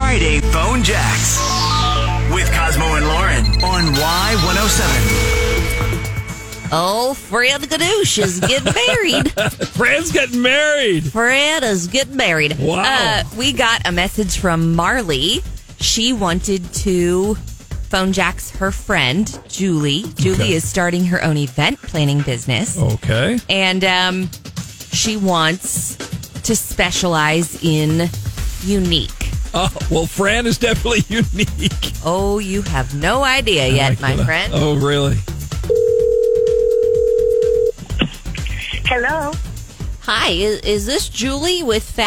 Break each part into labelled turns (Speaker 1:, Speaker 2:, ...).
Speaker 1: Friday Phone Jacks with Cosmo and Lauren on Y107.
Speaker 2: Oh, Fred Gadoosh is getting married.
Speaker 3: Fran's getting married.
Speaker 2: Fred is getting married. Uh,
Speaker 3: Wow.
Speaker 2: we got a message from Marley. She wanted to phone jacks her friend, Julie. Julie
Speaker 3: Okay. Oh.
Speaker 2: is starting her own event planning business.
Speaker 3: Okay.
Speaker 2: And um, she wants to specialize in unique.
Speaker 3: Oh, well, Fran is definitely unique.
Speaker 2: Oh, you have no idea yet, my
Speaker 3: Dracula.
Speaker 2: friend.
Speaker 3: Oh, really?
Speaker 4: Hello.
Speaker 2: Hi, is, is this Julie with Fat?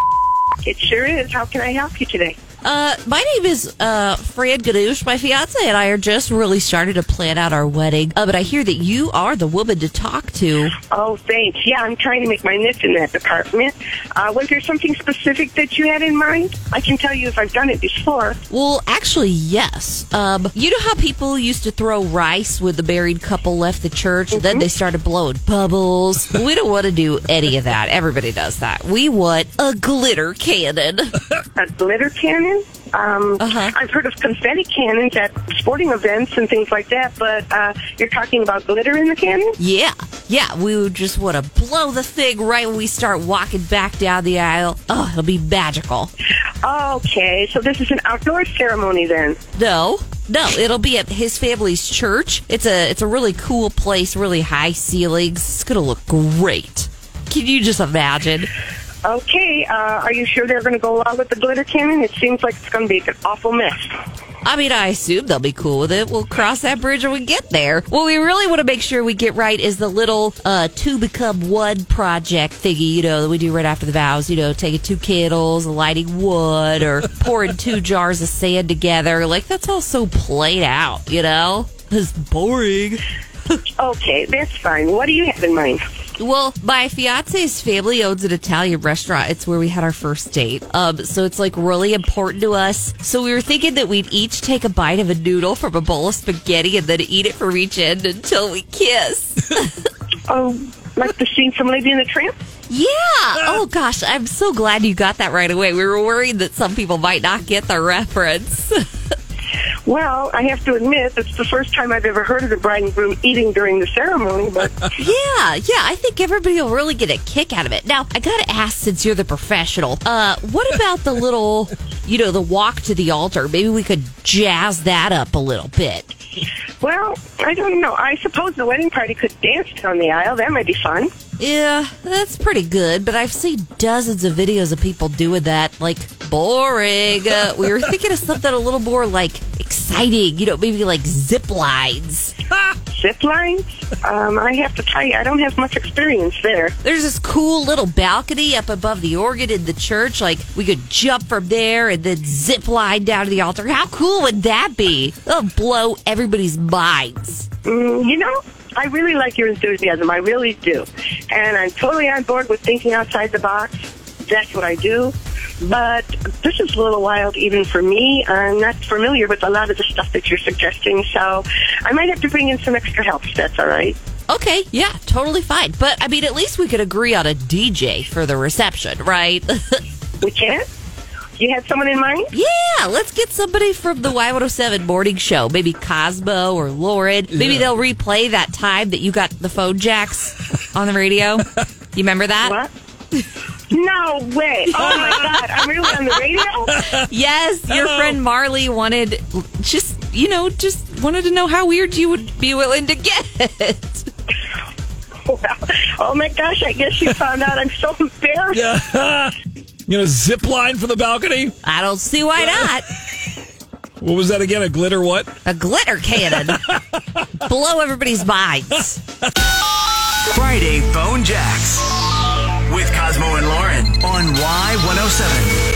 Speaker 4: It sure is. How can I help you today?
Speaker 2: Uh, my name is uh, Fred Gadoosh. My fiance and I are just really starting to plan out our wedding. Uh, but I hear that you are the woman to talk to.
Speaker 4: Oh, thanks. Yeah, I'm trying to make my niche in that department. Uh, was there something specific that you had in mind? I can tell you if I've done it before.
Speaker 2: Well, actually, yes. Um, you know how people used to throw rice when the married couple left the church, and then they started blowing bubbles. we don't want to do any of that. Everybody does that. We want a glitter cannon.
Speaker 4: A glitter cannon? Um,
Speaker 2: Uh-huh.
Speaker 4: I've heard of confetti cannons at sporting events and things like that, but uh, you're talking about glitter in the cannon?
Speaker 2: Yeah, yeah, we would just want to blow the thing right when we start walking back down the aisle. Oh, it'll be magical.
Speaker 4: Okay, so this is an outdoor ceremony then.
Speaker 2: No, no, it'll be at his family's church. It's a it's a really cool place, really high ceilings. It's gonna look great. Can you just imagine?
Speaker 4: Okay, uh, are you sure they're going to go along with the glitter cannon? It seems like it's going to be an awful mess.
Speaker 2: I mean, I assume they'll be cool with it. We'll cross that bridge when we get there. What we really want to make sure we get right is the little uh, two become one project thingy, you know, that we do right after the vows. You know, taking two kettles, lighting wood, or pouring two jars of sand together. Like that's all so played out, you know. It's boring.
Speaker 4: Okay, that's fine. What do you have in mind?
Speaker 2: Well, my fiance's family owns an Italian restaurant. It's where we had our first date. Um, so it's like really important to us. So we were thinking that we'd each take a bite of a noodle from a bowl of spaghetti and then eat it from each end until we kiss.
Speaker 4: Oh, like the scene from Lady and the Tramp?
Speaker 2: Yeah. Oh gosh, I'm so glad you got that right away. We were worried that some people might not get the reference.
Speaker 4: Well, I have to admit, it's the first time I've ever heard of the bride and groom eating during the ceremony, but
Speaker 2: Yeah, yeah. I think everybody will really get a kick out of it. Now, I gotta ask, since you're the professional, uh, what about the little, you know, the walk to the altar? Maybe we could jazz that up a little bit.
Speaker 4: well, I don't know. I suppose the wedding party could dance down the aisle. That might be fun.
Speaker 2: Yeah, that's pretty good. But I've seen dozens of videos of people doing that. Like boring. Uh, we were thinking of something a little more like exciting. You know, maybe like zip lines.
Speaker 4: Zip lines? Um, I have to tell you, I don't have much experience there.
Speaker 2: There's this cool little balcony up above the organ in the church. Like we could jump from there and then zip line down to the altar. How cool would that be? It'll blow everybody's minds.
Speaker 4: Mm, you know, I really like your enthusiasm. I really do. And I'm totally on board with thinking outside the box. That's what I do. But this is a little wild even for me. I'm not familiar with a lot of the stuff that you're suggesting, so I might have to bring in some extra help if that's all right.
Speaker 2: Okay, yeah, totally fine. But I mean, at least we could agree on a DJ for the reception, right?
Speaker 4: We can't? You had someone in mind?
Speaker 2: yeah, let's get somebody from the Y107 morning show. Maybe Cosmo or Lauren. Maybe
Speaker 3: Yeah.
Speaker 2: they'll replay that time that you got the phone jacks on the radio. You remember that?
Speaker 4: What? No way. Oh my God. I'm really on the radio?
Speaker 2: Yes, your
Speaker 3: Hello.
Speaker 2: friend Marley wanted just you know just wanted to know how weird you would be willing to get.
Speaker 4: Well, oh my gosh. I guess you found out. I'm so embarrassed.
Speaker 3: Yeah. you know, zip line from the balcony.
Speaker 2: I don't see why not.
Speaker 3: What was that again? A glitter what?
Speaker 2: A glitter cannon blow everybody's minds.
Speaker 1: oh Friday Phone Jacks with Cosmo and Lauren on Y107.